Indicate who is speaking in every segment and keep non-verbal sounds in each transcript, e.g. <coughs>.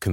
Speaker 1: Can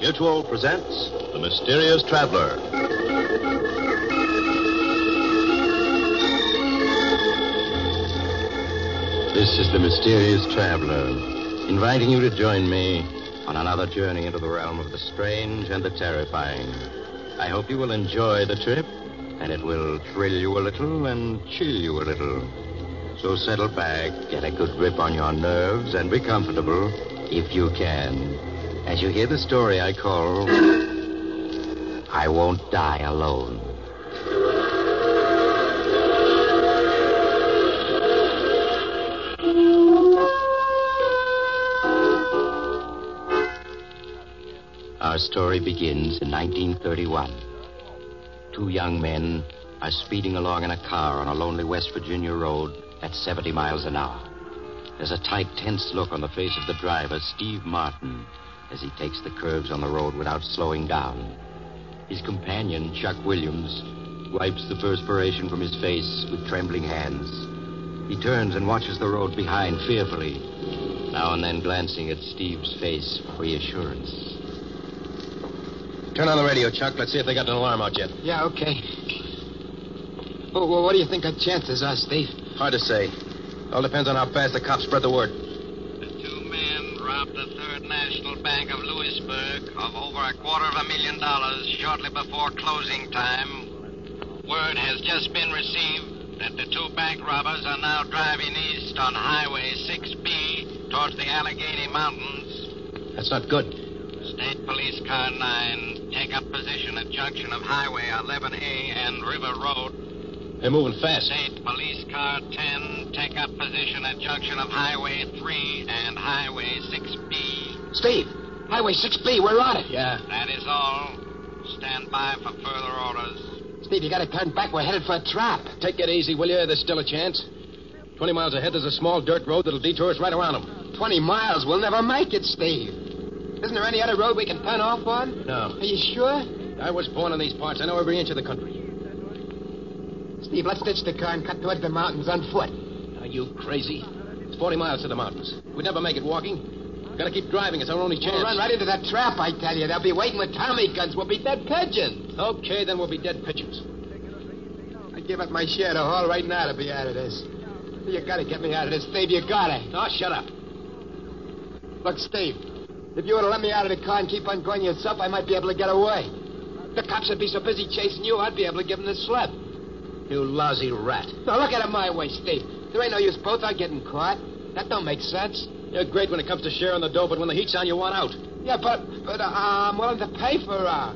Speaker 2: Mutual presents The Mysterious Traveler.
Speaker 3: This is the mysterious traveler, inviting you to join me on another journey into the realm of the strange and the terrifying. I hope you will enjoy the trip, and it will thrill you a little and chill you a little. So settle back, get a good grip on your nerves, and be comfortable, if you can, as you hear the story I call I Won't Die Alone. Our story begins in 1931. Two young men are speeding along in a car on a lonely West Virginia road at 70 miles an hour. There's a tight, tense look on the face of the driver, Steve Martin, as he takes the curves on the road without slowing down. His companion, Chuck Williams, wipes the perspiration from his face with trembling hands. He turns and watches the road behind fearfully, now and then glancing at Steve's face for reassurance.
Speaker 2: Turn on the radio, Chuck. Let's see if they got an alarm out yet.
Speaker 4: Yeah, okay. Well, well, what do you think our chances are, Steve?
Speaker 2: Hard to say. All depends on how fast the cops spread the word.
Speaker 5: Two men robbed the Third National Bank of Lewisburg of over a quarter of a million dollars shortly before closing time. Word has just been received that the two bank robbers are now driving east on Highway 6B towards the Allegheny Mountains.
Speaker 2: That's not good.
Speaker 5: State Police Car 9, take up position at junction of Highway 11A and River Road.
Speaker 2: They're moving fast.
Speaker 5: State Police Car 10, take up position at junction of Highway 3 and Highway 6B.
Speaker 4: Steve, Highway 6B, we're on it.
Speaker 2: Yeah.
Speaker 5: That is all. Stand by for further orders.
Speaker 4: Steve, you gotta turn back. We're headed for a trap.
Speaker 2: Take it easy, will you? There's still a chance. Twenty miles ahead, there's a small dirt road that'll detour us right around them.
Speaker 4: 20 miles, we'll never make it, Steve. Isn't there any other road we can turn off on?
Speaker 2: No.
Speaker 4: Are you sure?
Speaker 2: I was born in these parts. I know every inch of the country.
Speaker 4: Steve, let's ditch the car and cut towards the mountains on foot.
Speaker 2: Are you crazy? It's 40 miles to the mountains. We'd never make it walking. We gotta keep driving. It's our only chance.
Speaker 4: We'll run right into that trap, I tell you. They'll be waiting with Tommy guns. We'll be dead pigeons.
Speaker 2: Okay, then we'll be dead pigeons.
Speaker 4: I give up my share to Hall right now to be out of this. You gotta get me out of this, Steve. You gotta.
Speaker 2: Oh, shut up.
Speaker 4: Look, Steve, if you were to let me out of the car and keep on going yourself, I might be able to get away. The cops would be so busy chasing you, I'd be able to give them the slip.
Speaker 2: You lousy rat.
Speaker 4: Now, look at it my way, Steve. There ain't no use both are getting caught. That don't make sense.
Speaker 2: You're great when it comes to sharing the dough, but when the heat's on, you want out.
Speaker 4: Yeah, but, but uh, I'm willing to pay for uh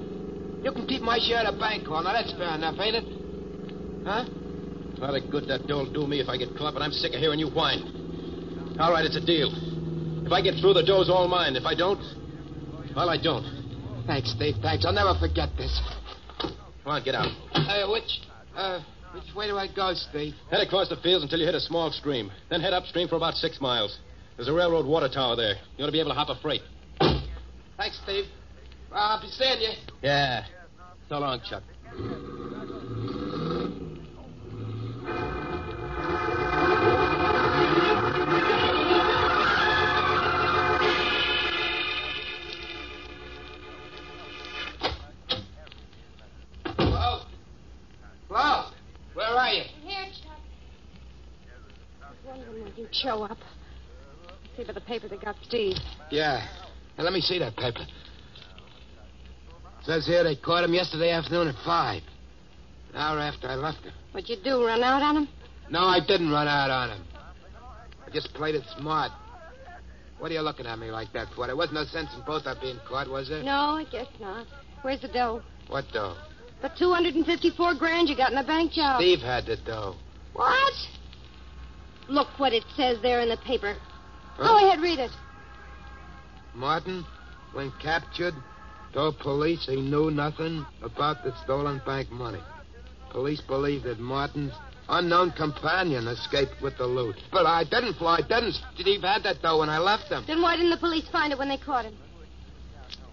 Speaker 4: You can keep my share of the bank, Hall. Now, that's fair enough, ain't it? Huh?
Speaker 2: A lot of good that dough do me if I get caught, but I'm sick of hearing you whine. All right, it's a deal. If I get through, the dough's all mine. If I don't, well, I don't.
Speaker 4: Thanks, Steve. Thanks. I'll never forget this.
Speaker 2: Come on, get out.
Speaker 4: Uh, which, uh, which way do I go, Steve?
Speaker 2: Head across the fields until you hit a small stream. Then head upstream for about six miles. There's a railroad water tower there. You ought to be able to hop a freight.
Speaker 4: Thanks, Steve. Well, I'll be seeing you.
Speaker 2: Yeah. So long, Chuck.
Speaker 4: Hello? Hello? Where are you?
Speaker 6: Here, Chuck. Wondering when you'd show up. See by the paper they got Steve.
Speaker 4: Yeah. Now, let me see that paper. Says here they caught him yesterday afternoon at five. An hour after I left him.
Speaker 6: What'd you do? Run out on him?
Speaker 4: No, I didn't run out on him. I just played it smart. What are you looking at me like that for? There was no sense in both our being caught, was there?
Speaker 6: No, I guess not. Where's the dough?
Speaker 4: What though?
Speaker 6: But 254 grand you got in the bank job.
Speaker 4: Steve had the dough.
Speaker 6: What? Look what it says there in the paper. Go ahead, read it.
Speaker 4: Martin, when captured, told police he knew nothing about the stolen bank money. Police believe that Martin's unknown companion escaped with the loot. But I didn't, Floyd. Didn't. Steve had that dough when I left him.
Speaker 6: Then why didn't the police find it when they caught him?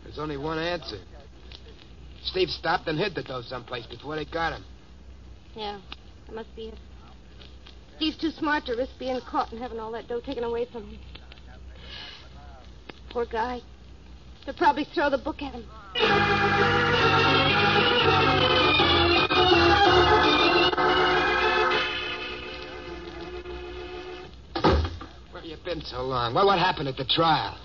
Speaker 4: There's only one answer. Steve stopped and hid the dough someplace before they got him.
Speaker 6: Yeah, that must be it. Steve's too smart to risk being caught and having all that dough taken away from him. Poor guy. They'll probably throw the book at him.
Speaker 4: Where you been so long? Well, what happened at the trial?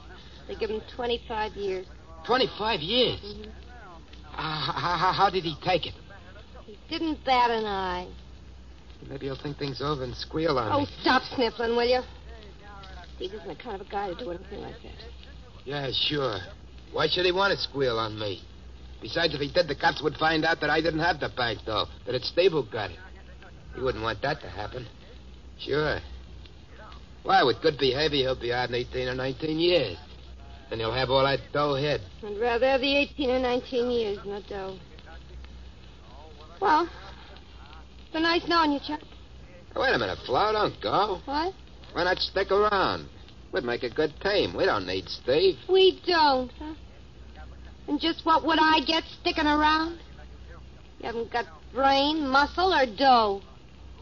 Speaker 6: They give him 25 years.
Speaker 4: 25 years. Ah, how, how- how did he take it?
Speaker 6: He didn't bat an eye.
Speaker 4: Maybe he'll think things over and squeal on
Speaker 6: Oh,
Speaker 4: me.
Speaker 6: stop sniffling, will you? Steve isn't the kind of a guy to do anything like that.
Speaker 4: Yeah, sure. Why should he want to squeal on me? Besides, if he did, the cops would find out that I didn't have the bank, though. That it's Steve who got it. He wouldn't want that to happen. Sure. Why, with good behavior, he'll be out in 18 or 19 years. And he'll have all that dough hid.
Speaker 6: I'd rather have the 18 or 19 years than the dough. Well, it's been nice knowing you, Chuck.
Speaker 4: Wait a minute, Flo, don't go.
Speaker 6: What?
Speaker 4: Why not stick around? We'd make a good team. We don't need Steve.
Speaker 6: We don't, huh? And just what would I get sticking around? You haven't got brain, muscle, or dough.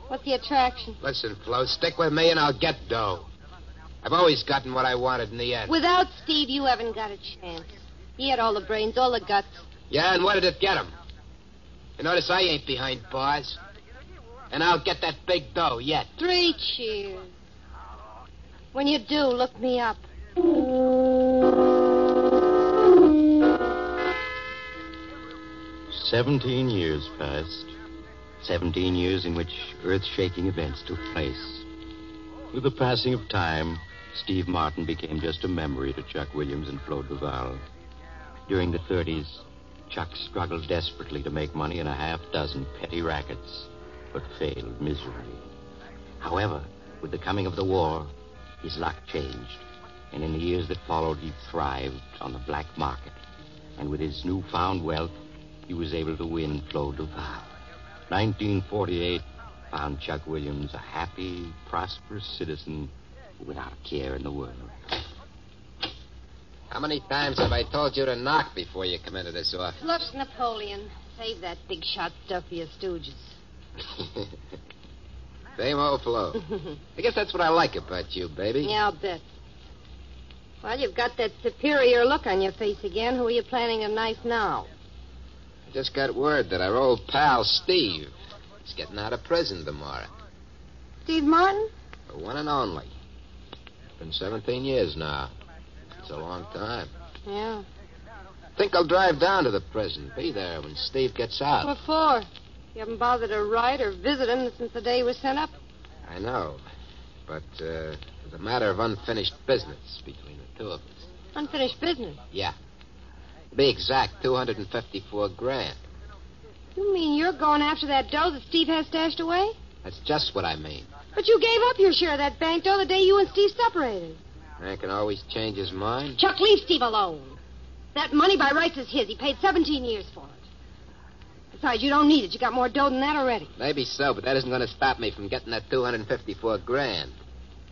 Speaker 6: What's the attraction?
Speaker 4: Listen, Flo, stick with me and I'll get dough. I've always gotten what I wanted in the end.
Speaker 6: Without Steve, you haven't got a chance. He had all the brains, all the guts.
Speaker 4: Yeah, and what did it get him? You notice I ain't behind bars. And I'll get that big dough yet.
Speaker 6: Three cheers. When you do, look me up.
Speaker 3: Seventeen years passed. Seventeen years in which earth shaking events took place. With the passing of time, Steve Martin became just a memory to Chuck Williams and Flo Duval. During the 30s, Chuck struggled desperately to make money in a half dozen petty rackets, but failed miserably. However, with the coming of the war, his luck changed, and in the years that followed, he thrived on the black market. And with his newfound wealth, he was able to win Flo Duval. 1948 found Chuck Williams a happy, prosperous citizen without a care in the world.
Speaker 4: How many times have I told you to knock before you come into this office? <laughs>
Speaker 6: Look, Napoleon, save that big shot stuff for your stooges.
Speaker 4: Same old Flo. I guess that's what I like about you, baby.
Speaker 6: Yeah, I'll bet. Well, you've got that superior look on your face again. Who are you planning to knife now?
Speaker 4: I just got word that our old pal Steve is getting out of prison tomorrow.
Speaker 6: Steve Martin?
Speaker 4: The one and only. Been 17 years now. It's a long time.
Speaker 6: Yeah.
Speaker 4: Think I'll drive down to the prison. Be there when Steve gets out.
Speaker 6: What for? You haven't bothered to write or visit him since the day he was sent up?
Speaker 4: I know. But uh, it's a matter of unfinished business between the two of us.
Speaker 6: Unfinished business.
Speaker 4: Yeah. To be exact, 254 grand.
Speaker 6: You mean you're going after that dough that Steve has stashed away?
Speaker 4: That's just what I mean.
Speaker 6: But you gave up your share of that bank dough the day you and Steve separated.
Speaker 4: Man can always change his mind.
Speaker 6: Chuck, leave Steve alone. That money by rights is his. He paid 17 years for it. Besides, you don't need it. You got more dough than that already.
Speaker 4: Maybe so, but that isn't going to stop me from getting that 254 grand.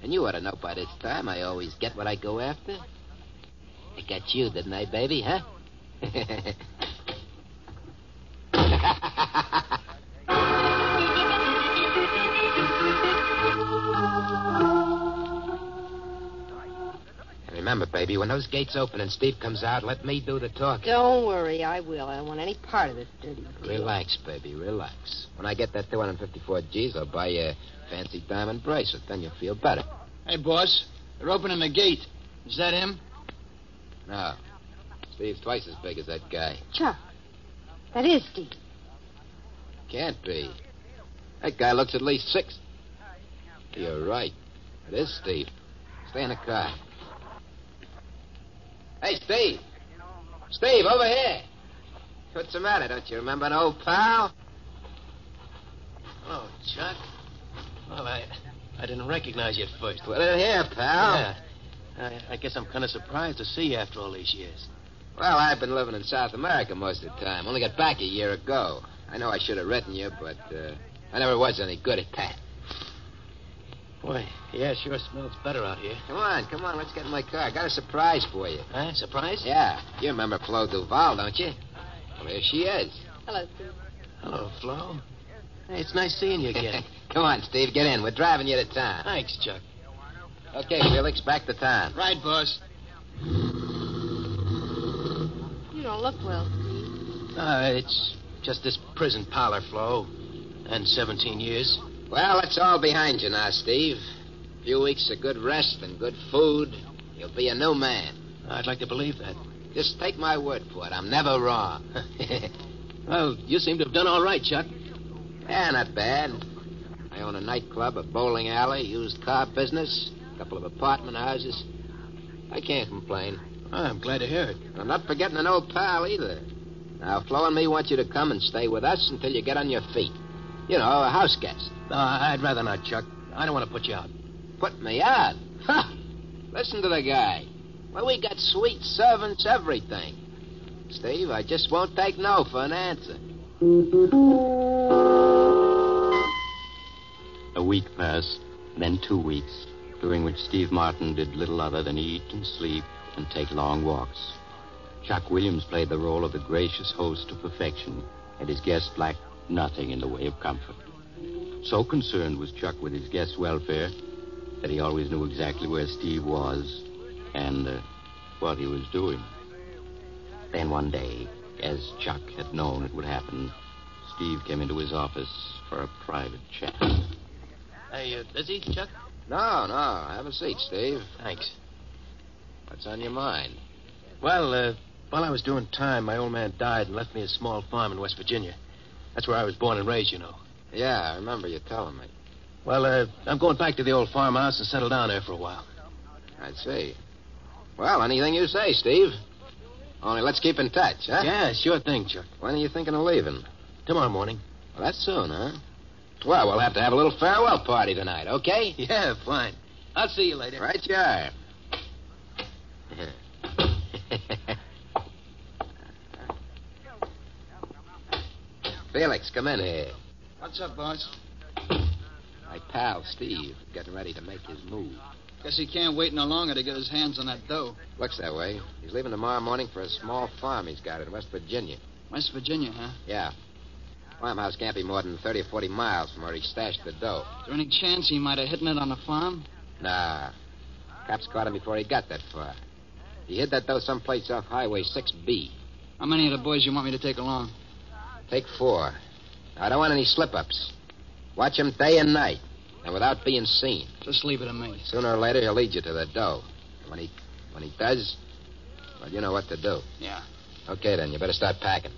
Speaker 4: And you ought to know by this time I always get what I go after. I got you, didn't I, baby, huh? <laughs> And remember, baby, when those gates open and Steve comes out, let me do the talking.
Speaker 6: Don't worry, I will. I don't want any part of this dirty
Speaker 4: Relax, baby, relax. When I get that 254 G's, I'll buy you a fancy diamond bracelet. Then you'll feel better.
Speaker 5: Hey, boss. They're opening the gate. Is that him?
Speaker 4: No. Steve's twice as big as that guy.
Speaker 6: Chuck, that is Steve.
Speaker 4: Can't be. That guy looks at least six. You're right. It is Steve. Stay in the car. Hey, Steve. Steve, over here. What's the matter? Don't you remember an old pal?
Speaker 2: Oh, Chuck. Well, I, I didn't recognize you at first.
Speaker 4: Well, in here, pal.
Speaker 2: Yeah. I, I guess I'm kind of surprised to see you after all these years.
Speaker 4: Well, I've been living in South America most of the time. Only got back a year ago. I know I should have written you, but uh, I never was any good at that.
Speaker 2: Boy, yeah, sure smells better out here.
Speaker 4: Come on, come on, let's get in my car. I got a surprise for you.
Speaker 2: Huh? Surprise?
Speaker 4: Yeah, you remember Flo Duval, don't you? Well, here she is.
Speaker 6: Hello, Steve.
Speaker 2: Hello, Flo. Hey, it's nice seeing you again.
Speaker 4: <laughs> come on, Steve, get in. We're driving you to town.
Speaker 2: Thanks, Chuck.
Speaker 4: Okay, Felix, back to town.
Speaker 2: Right, boss.
Speaker 6: You don't look well, Steve.
Speaker 2: Uh, it's just this prison parlor, Flo. And 17 years.
Speaker 4: Well, that's all behind you now, Steve. A few weeks of good rest and good food. You'll be a new man.
Speaker 2: I'd like to believe that.
Speaker 4: Just take my word for it. I'm never wrong. <laughs>
Speaker 2: Well, you seem to have done all right, Chuck.
Speaker 4: Yeah, not bad. I own a nightclub, a bowling alley, used car business, a couple of apartment houses. I can't complain.
Speaker 2: Ah, I'm glad to hear it.
Speaker 4: I'm not forgetting an old pal either. Now, Flo and me want you to come and stay with us until you get on your feet. You know, a house guest.
Speaker 2: Uh, I'd rather not, Chuck. I don't want to put you out.
Speaker 4: Put me out. Ha! Listen to the guy. Well, we got sweet servants, everything. Steve, I just won't take no for an answer.
Speaker 3: A week passed, then two weeks, during which Steve Martin did little other than eat and sleep and take long walks. Chuck Williams played the role of the gracious host to perfection, and his guest lacked nothing in the way of comfort. So concerned was Chuck with his guest's welfare that he always knew exactly where Steve was and uh, what he was doing. Then one day, as Chuck had known it would happen, Steve came into his office for a private chat.
Speaker 2: Hey, uh, busy, Chuck?
Speaker 4: No, no. Have a seat, Steve.
Speaker 2: Thanks.
Speaker 4: What's on your mind?
Speaker 2: Well, uh, while I was doing time, my old man died and left me a small farm in West Virginia. That's where I was born and raised, you know.
Speaker 4: Yeah, I remember you telling me.
Speaker 2: Well, uh, I'm going back to the old farmhouse and settle down there for a while.
Speaker 4: I see. Well, anything you say, Steve. Only let's keep in touch, huh?
Speaker 2: Yeah, sure thing, Chuck.
Speaker 4: When are you thinking of leaving?
Speaker 2: Tomorrow morning.
Speaker 4: Well, that's soon, huh? Well, we'll have to have a little farewell party tonight, okay?
Speaker 2: <laughs> Yeah, fine. I'll see you later.
Speaker 4: Right
Speaker 2: <laughs>
Speaker 4: you are. Felix, come in here.
Speaker 2: What's up, boss?
Speaker 4: My pal, Steve, getting ready to make his move.
Speaker 7: Guess he can't wait no longer to get his hands on that dough.
Speaker 4: Looks that way. He's leaving tomorrow morning for a small farm he's got in West Virginia.
Speaker 7: West Virginia, huh?
Speaker 4: Yeah. Farmhouse can't be more than 30 or 40 miles from where he stashed the dough.
Speaker 7: Is there any chance he might have hidden it on the farm?
Speaker 4: Nah. Cops caught him before he got that far. He hid that dough someplace off Highway 6B.
Speaker 7: How many of the boys you want me to take along?
Speaker 4: Take four. I don't want any slip ups. Watch him day and night, and without being seen.
Speaker 7: Just leave it to me.
Speaker 4: Sooner or later, he'll lead you to the dough. And When he, when he does, well, you know what to do.
Speaker 7: Yeah.
Speaker 4: Okay, then, you better start packing.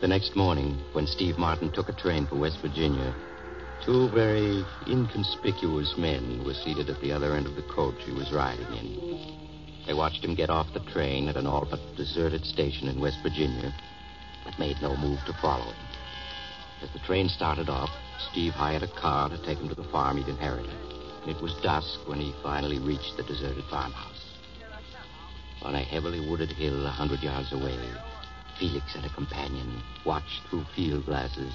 Speaker 3: The next morning, when Steve Martin took a train for West Virginia, two very inconspicuous men were seated at the other end of the coach he was riding in. They watched him get off the train at an all but deserted station in West Virginia, but made no move to follow him. As the train started off, Steve hired a car to take him to the farm he'd inherited, and it was dusk when he finally reached the deserted farmhouse. On a heavily wooded hill a hundred yards away, Felix and a companion watched through field glasses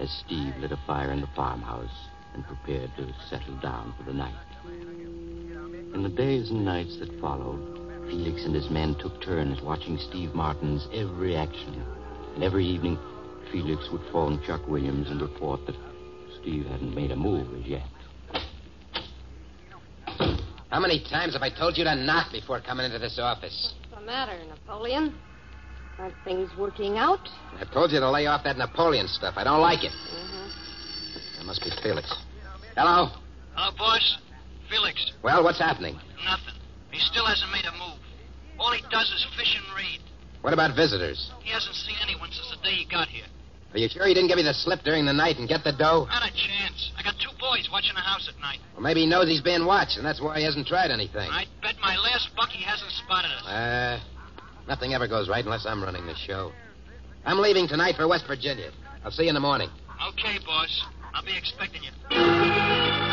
Speaker 3: as Steve lit a fire in the farmhouse and prepared to settle down for the night. In the days and nights that followed, Felix and his men took turns watching Steve Martin's every action. And every evening, Felix would phone Chuck Williams and report that Steve hadn't made a move as yet.
Speaker 4: How many times have I told you to knock before coming into this office?
Speaker 6: What's the matter, Napoleon? Aren't things working out?
Speaker 4: I told you to lay off that Napoleon stuff. I don't like it.
Speaker 2: Mm-hmm.
Speaker 4: That must be Felix. Hello?
Speaker 5: Oh, boss. Felix,
Speaker 4: Well, what's happening?
Speaker 5: nothing. He still hasn't made a move. All he does is fish and read.
Speaker 4: What about visitors?
Speaker 5: He hasn't seen anyone since the day he got here.
Speaker 4: Are you sure you didn't give me the slip during the night and get the dough?
Speaker 5: Not a chance. I got two boys watching the house at night.
Speaker 4: Or maybe he knows he's being watched, and that's why he hasn't tried anything.
Speaker 5: I'd bet at my last buck, he hasn't spotted us.
Speaker 4: Uh, nothing ever goes right unless I'm running the show. I'm leaving tonight for West Virginia. I'll see you in the morning.
Speaker 5: Okay, boss. I'll be expecting you.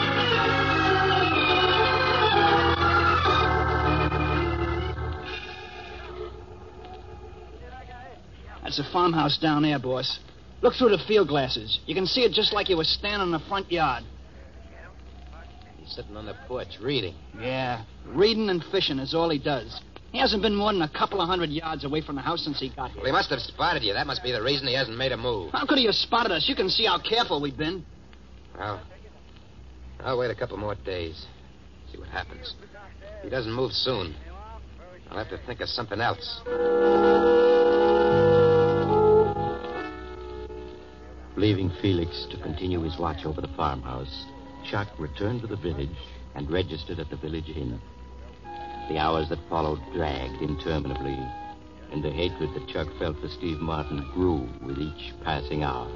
Speaker 7: That's a farmhouse down there, boss. Look through the field glasses. You can see it just like you were standing in the front yard.
Speaker 4: He's sitting on the porch reading.
Speaker 7: Yeah, reading and fishing is all he does. He hasn't been more than a couple of hundred yards away from the house since he got here.
Speaker 4: Well, he must have spotted you. That must be the reason he hasn't made a move.
Speaker 7: How could he have spotted us? You can see how careful we've been.
Speaker 4: Well, I'll wait a couple more days. See what happens. If he doesn't move soon, I'll have to think of something else.
Speaker 3: Leaving Felix to continue his watch over the farmhouse, Chuck returned to the village and registered at the village inn. The hours that followed dragged interminably, and the hatred that Chuck felt for Steve Martin grew with each passing hour.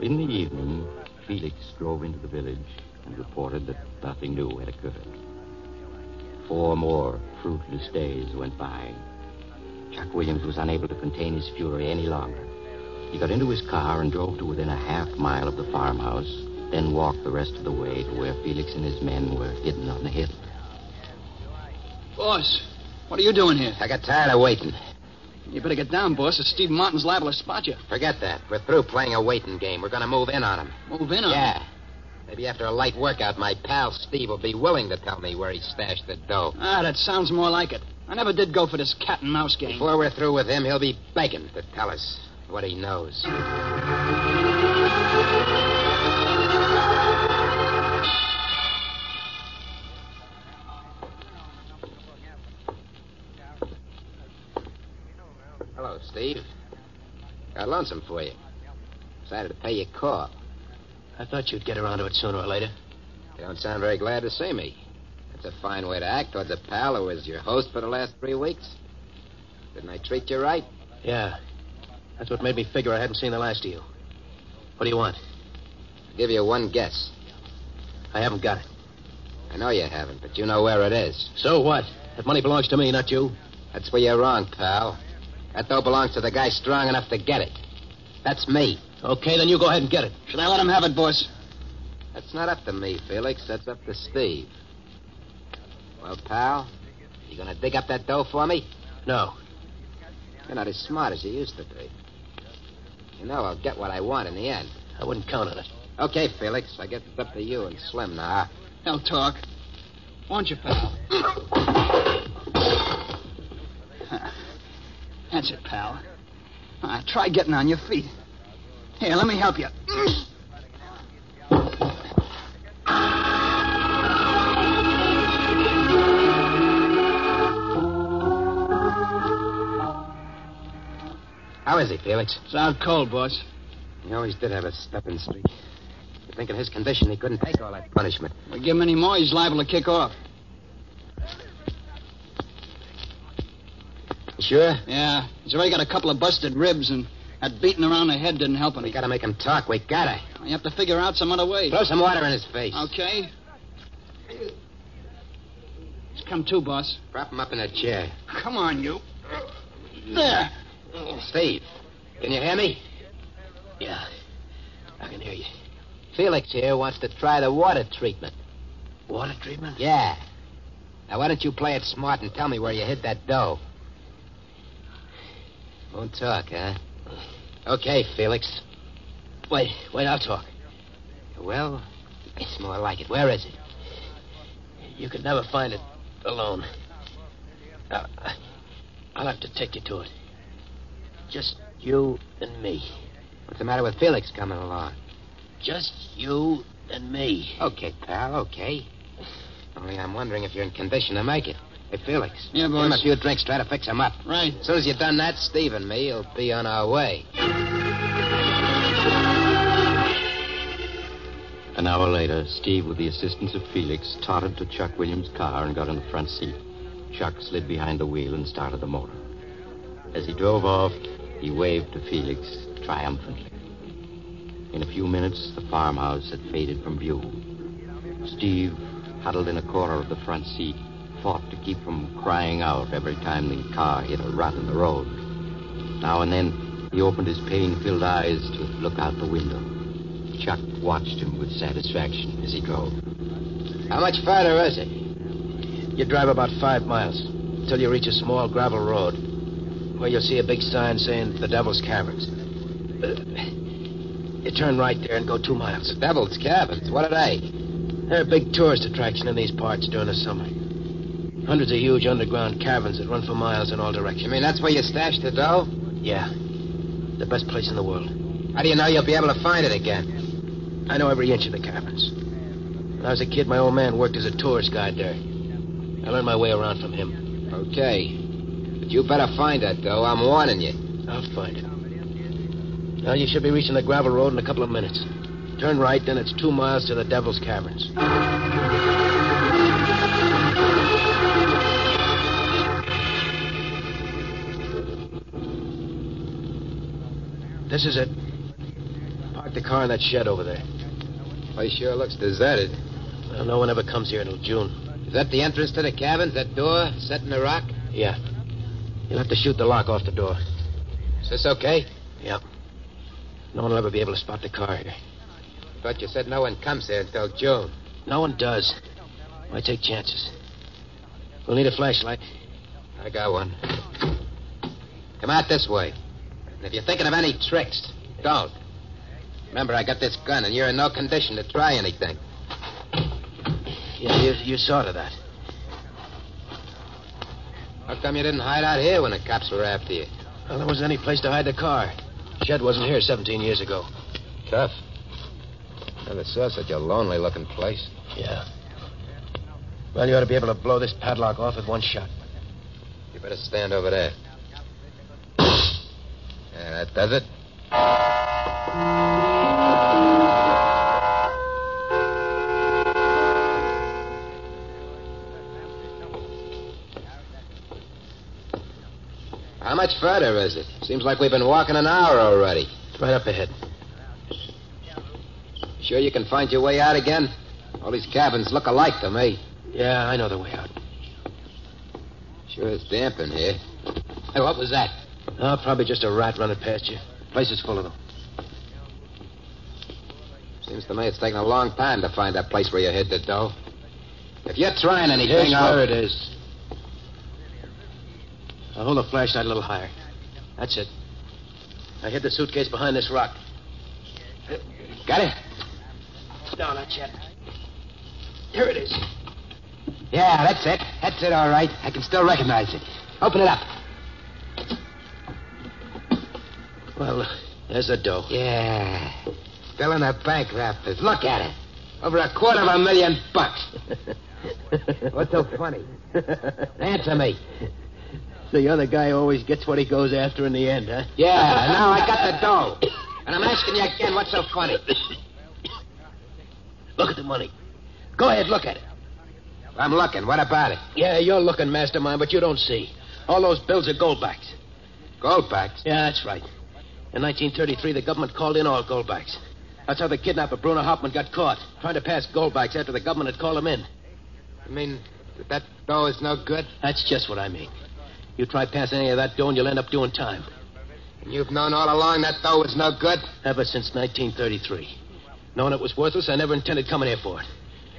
Speaker 3: In the evening, Felix drove into the village and reported that nothing new had occurred. Four more fruitless days went by. Chuck Williams was unable to contain his fury any longer. He got into his car and drove to within a half mile of the farmhouse, then walked the rest of the way to where Felix and his men were hidden on the hill.
Speaker 7: Boss, what are you doing here?
Speaker 4: I got tired of waiting.
Speaker 7: You better get down, boss, or Steve Martin's liable to spot you.
Speaker 4: Forget that. We're through playing a waiting game. We're going to move in on him.
Speaker 7: Move in on him.
Speaker 4: Yeah. Maybe after a light workout, my pal Steve will be willing to tell me where he stashed the dough.
Speaker 7: Ah, that sounds more like it. I never did go for this cat and mouse game.
Speaker 4: Before we're through with him, he'll be begging to tell us what he knows. Hello, Steve. Got lonesome for you. Decided to pay your call.
Speaker 8: I thought you'd get around to it sooner or later.
Speaker 4: You don't sound very glad to see me. That's a fine way to act towards a pal who was your host for the last three weeks. Didn't I treat you right?
Speaker 8: Yeah. That's what made me figure I hadn't seen the last of you. What do you want?
Speaker 4: I'll give you one guess.
Speaker 8: I haven't got it.
Speaker 4: I know you haven't, but you know where it is.
Speaker 8: So what? That money belongs to me, not you.
Speaker 4: That's where you're wrong, pal. That dough belongs to the guy strong enough to get it. That's me.
Speaker 8: Okay, then you go ahead and get it.
Speaker 7: Should I let him have it, boss?
Speaker 4: That's not up to me, Felix. That's up to Steve. Well, pal, you gonna dig up that dough for me?
Speaker 8: No.
Speaker 4: You're not as smart as you used to be. You know I'll get what I want in the end.
Speaker 8: I wouldn't count on it.
Speaker 4: Okay, Felix, I guess it's up to you and Slim now.
Speaker 7: He'll talk. Won't you, pal? <laughs> That's it, pal. All right, try getting on your feet. Here, let me help you. <clears throat>
Speaker 4: How is he, Felix?
Speaker 7: It's out cold, boss.
Speaker 4: He always did have a stepping streak. You think in his condition he couldn't take all that punishment.
Speaker 7: We give him any more, he's liable to kick off.
Speaker 4: You sure?
Speaker 7: Yeah, he's already got a couple of busted ribs, and that beating around the head didn't help
Speaker 4: We
Speaker 7: any.
Speaker 4: gotta make him talk. We gotta.
Speaker 7: You have to figure out some other way.
Speaker 4: Throw some water in his face.
Speaker 7: Okay. Just come to, boss.
Speaker 4: Prop him up in a chair.
Speaker 7: Come on, you. There.
Speaker 4: Uh, Steve, can you hear me?
Speaker 8: Yeah. I can hear you.
Speaker 4: Felix here wants to try the water treatment.
Speaker 8: Water treatment?
Speaker 4: Yeah. Now, why don't you play it smart and tell me where you hid that dough? Won't talk, huh? Okay, Felix.
Speaker 8: Wait, wait, I'll talk.
Speaker 4: Well, it's more like it. Where is it?
Speaker 8: You could never find it alone. Uh, I'll have to take you to it. Just you and me.
Speaker 4: What's the matter with Felix coming along?
Speaker 8: Just you and me.
Speaker 4: Okay, pal, okay. Only I'm wondering if you're in condition to make it. Hey, Felix. Give
Speaker 7: Yeah,
Speaker 4: him a
Speaker 7: boss.
Speaker 4: few drinks, try to fix him up.
Speaker 7: Right.
Speaker 4: As soon as you've done that, Steve and me will be on our way.
Speaker 3: An hour later, Steve, with the assistance of Felix, tottered to Chuck Williams' car and got in the front seat. Chuck slid behind the wheel and started the motor. As he drove off, he waved to Felix triumphantly. In a few minutes, the farmhouse had faded from view. Steve, huddled in a corner of the front seat, fought to keep from crying out every time the car hit a rut in the road. Now and then, he opened his pain filled eyes to look out the window. Chuck watched him with satisfaction as he drove.
Speaker 4: How much farther is it? You drive about five miles until you reach a small gravel road where you'll see a big sign saying the Devil's Caverns. Uh, You turn right there and go two miles. The Devil's Caverns? What are they? They're a big tourist attraction in these parts during the summer. Hundreds of huge underground caverns that run for miles in all directions.
Speaker 8: You mean that's where you stashed the dough?
Speaker 4: Yeah. The best place in the world.
Speaker 8: How do you know you'll be able to find it again?
Speaker 4: I know every inch of the caverns. When I was a kid, my old man worked as a tourist guide there. I learned my way around from him.
Speaker 8: Okay. But you better find that dough. I'm warning you.
Speaker 4: I'll find it. Now, you should be reaching the gravel road in a couple of minutes. Turn right, then it's two miles to the Devil's Caverns. This is it. Park the car in that shed over there.
Speaker 8: Place sure looks deserted.
Speaker 4: Well, no one ever comes here until June.
Speaker 8: Is that the entrance to the cabin? That door set in the rock?
Speaker 4: Yeah. You'll have to shoot the lock off the door.
Speaker 8: Is this okay?
Speaker 4: Yep. No one will ever be able to spot the car here.
Speaker 8: Thought you said no one comes here until June.
Speaker 4: No one does. Why take chances? We'll need a flashlight.
Speaker 8: I got one. Come out this way. And if you're thinking of any tricks, don't. Remember, I got this gun, and you're in no condition to try anything.
Speaker 4: Yeah, you, you saw to that.
Speaker 8: How come you didn't hide out here when the cops were after you?
Speaker 4: Well, there wasn't any place to hide the car. Shed wasn't here 17 years ago.
Speaker 8: Tough. Never saw such a lonely looking place.
Speaker 4: Yeah. Well, you ought to be able to blow this padlock off with one shot.
Speaker 8: You better stand over there. <coughs> Yeah, that does it. How much further is it? Seems like we've been walking an hour already.
Speaker 4: It's right up ahead.
Speaker 8: Sure you can find your way out again? All these cabins look alike to me.
Speaker 4: Yeah, I know the way out.
Speaker 8: Sure it's damp in here. Hey, what was that?
Speaker 4: Oh, probably just a rat running past you. Place is full of them.
Speaker 8: Seems to me it's taken a long time to find that place where you hid the dough. If you're trying anything,
Speaker 4: Here's
Speaker 8: I'll...
Speaker 4: where it is. I'll hold the flashlight a little higher. That's it. I hid the suitcase behind this rock.
Speaker 8: Got it?
Speaker 7: No, not yet. Here it is.
Speaker 8: Yeah, that's it. That's it, all right. I can still recognize it. Open it up.
Speaker 4: Well, there's the dough.
Speaker 8: Yeah. Still in the bank rafters. Look at it. Over a quarter of a million bucks.
Speaker 4: <laughs>
Speaker 8: What's so funny? Answer me.
Speaker 4: So the other guy always gets what he goes after in the end, huh?
Speaker 8: Yeah, now I got the dough. And I'm asking you again, what's so funny?
Speaker 4: Look at the money. Go ahead, look at it.
Speaker 8: I'm looking. What about it?
Speaker 4: Yeah, you're looking, Mastermind, but you don't see. All those bills are goldbacks.
Speaker 8: Goldbacks.
Speaker 4: Yeah, that's right. In 1933, the government called in all goldbacks. That's how the kidnapper Bruno Hauptmann got caught, trying to pass goldbacks after the government had called him in.
Speaker 8: I mean, that dough is no good?
Speaker 4: That's just what I mean. You try passing any of that dough, and you'll end up doing time.
Speaker 8: And you've known all along that dough was no good?
Speaker 4: Ever since 1933. Knowing it was worthless, I never intended coming here for it.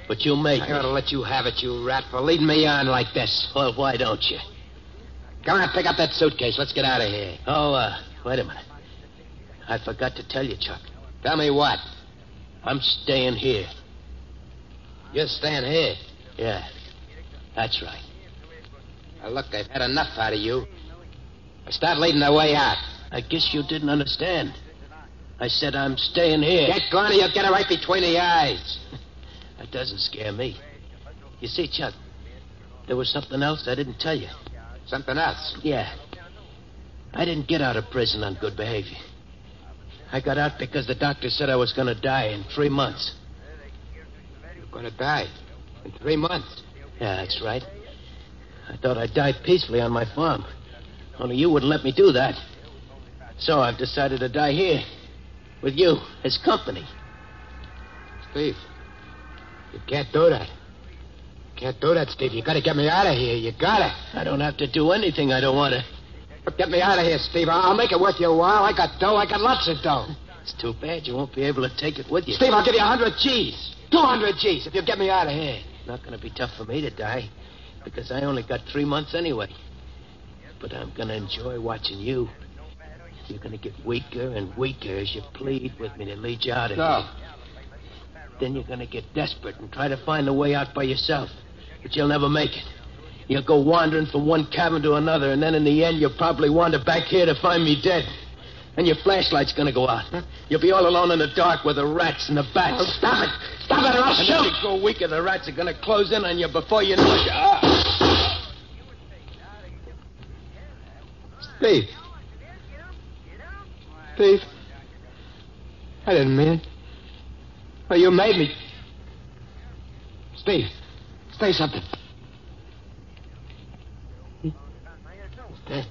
Speaker 4: But you make
Speaker 8: I
Speaker 4: it.
Speaker 8: gotta let you have it, you rat, for leading me on like this.
Speaker 4: Well, why don't you?
Speaker 8: Come on, pick up that suitcase. Let's get out of here.
Speaker 4: Oh, uh, wait a minute. I forgot to tell you, Chuck.
Speaker 8: Tell me what?
Speaker 4: I'm staying here.
Speaker 8: You're staying here.
Speaker 4: Yeah, that's right.
Speaker 8: Now, look, I've had enough out of you. Now Start leading the way out.
Speaker 4: I guess you didn't understand. I said I'm staying here.
Speaker 8: Get going or you'll get it right between the eyes.
Speaker 4: <laughs> That doesn't scare me. You see, Chuck, there was something else I didn't tell you.
Speaker 8: Something else.
Speaker 4: Yeah. I didn't get out of prison on good behavior. I got out because the doctor said I was going to die in three months.
Speaker 8: You're gonna die. In three months.
Speaker 4: Yeah, that's right. I thought I'd die peacefully on my farm. Only you wouldn't let me do that. So I've decided to die here. With you, as company.
Speaker 8: Steve. You can't do that.
Speaker 4: Can't do that, Steve. You gotta get me out of here. You gotta.
Speaker 8: I don't have to do anything I don't want to.
Speaker 4: Look, Get me out of here, Steve. I- I'll make it worth your while. I got dough. I got lots of dough.
Speaker 8: It's too bad you won't be able to take it with you.
Speaker 4: Steve, I'll give you a hundred G's. Two hundred G's if you get me out of here.
Speaker 8: Not going to be tough for me to die, because I only got three months anyway. But I'm going to enjoy watching you. You're going to get weaker and weaker as you plead with me to lead you out of
Speaker 4: No.
Speaker 8: here. Then you're going to get desperate and try to find a way out by yourself. But you'll never make it. You'll go wandering from one cabin to another, and then in the end, you'll probably wander back here to find me dead. And your flashlight's going to go out. You'll be all alone in the dark with the rats and the bats. Oh, stop it! Stop it, or I'll shoot! you go weaker, the rats are going to close in on you before you know it. Ah!
Speaker 4: Steve. Steve. I didn't mean it. Well, Oh, you made me. Steve. Say something.
Speaker 8: Hmm?
Speaker 4: Stay.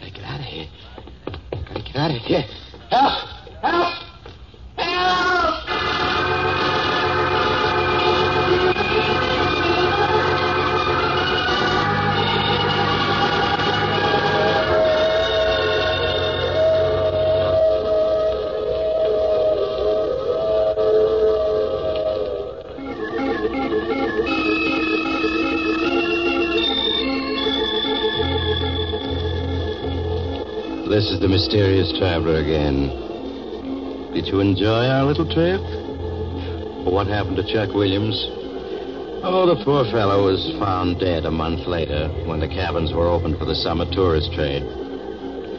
Speaker 4: Gotta get out of here. Gotta get out of here. Help! Help! Help!
Speaker 3: This is the mysterious traveler again. Did you enjoy our little trip? What happened to Chuck Williams? Oh, the poor fellow was found dead a month later when the cabins were opened for the summer tourist trade.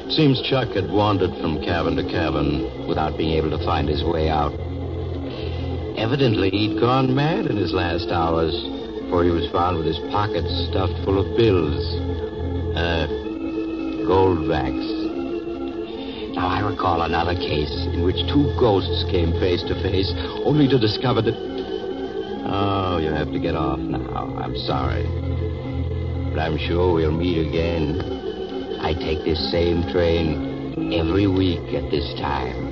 Speaker 3: Seems Chuck had wandered from cabin to cabin without being able to find his way out. Evidently, he'd gone mad in his last hours, for he was found with his pockets stuffed full of bills. Uh, gold vax. Now, I recall another case in which two ghosts came face to face, only to discover that. Oh, you have to get off now. I'm sorry. But I'm sure we'll meet again. I take this same train every week at this time.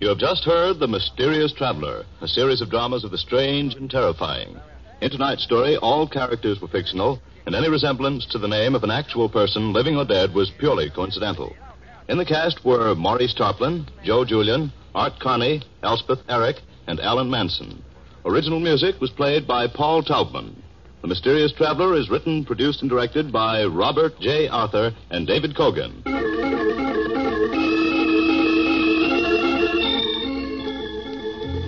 Speaker 9: You have just heard The Mysterious Traveler, a series of dramas of the strange and terrifying. In tonight's story, all characters were fictional, and any resemblance to the name of an actual person, living or dead, was purely coincidental. In the cast were Maurice Tarplin, Joe Julian, Art Carney, Elspeth Eric, and Alan Manson. Original music was played by Paul Taubman. The Mysterious Traveler is written, produced, and directed by Robert J. Arthur and David Cogan.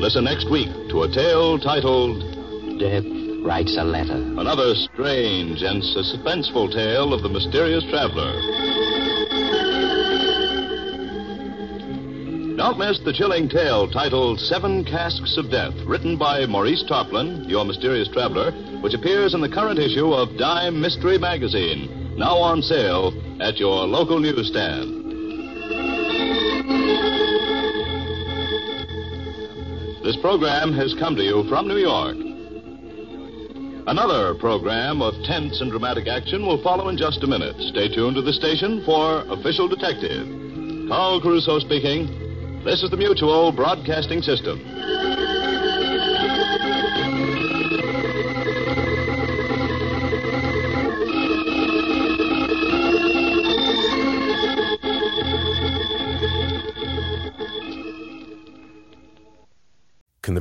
Speaker 9: Listen next week to a tale titled
Speaker 3: Death writes a letter.
Speaker 9: Another strange and suspenseful tale of the mysterious traveler. Don't miss the chilling tale titled Seven Casks of Death, written by Maurice Toplin, your mysterious traveler, which appears in the current issue of Dime Mystery Magazine, now on sale at your local newsstand. This program has come to you from New York. Another program of tense and dramatic action will follow in just a minute. Stay tuned to the station for Official Detective. Carl Crusoe speaking. This is the Mutual Broadcasting System.
Speaker 1: Can the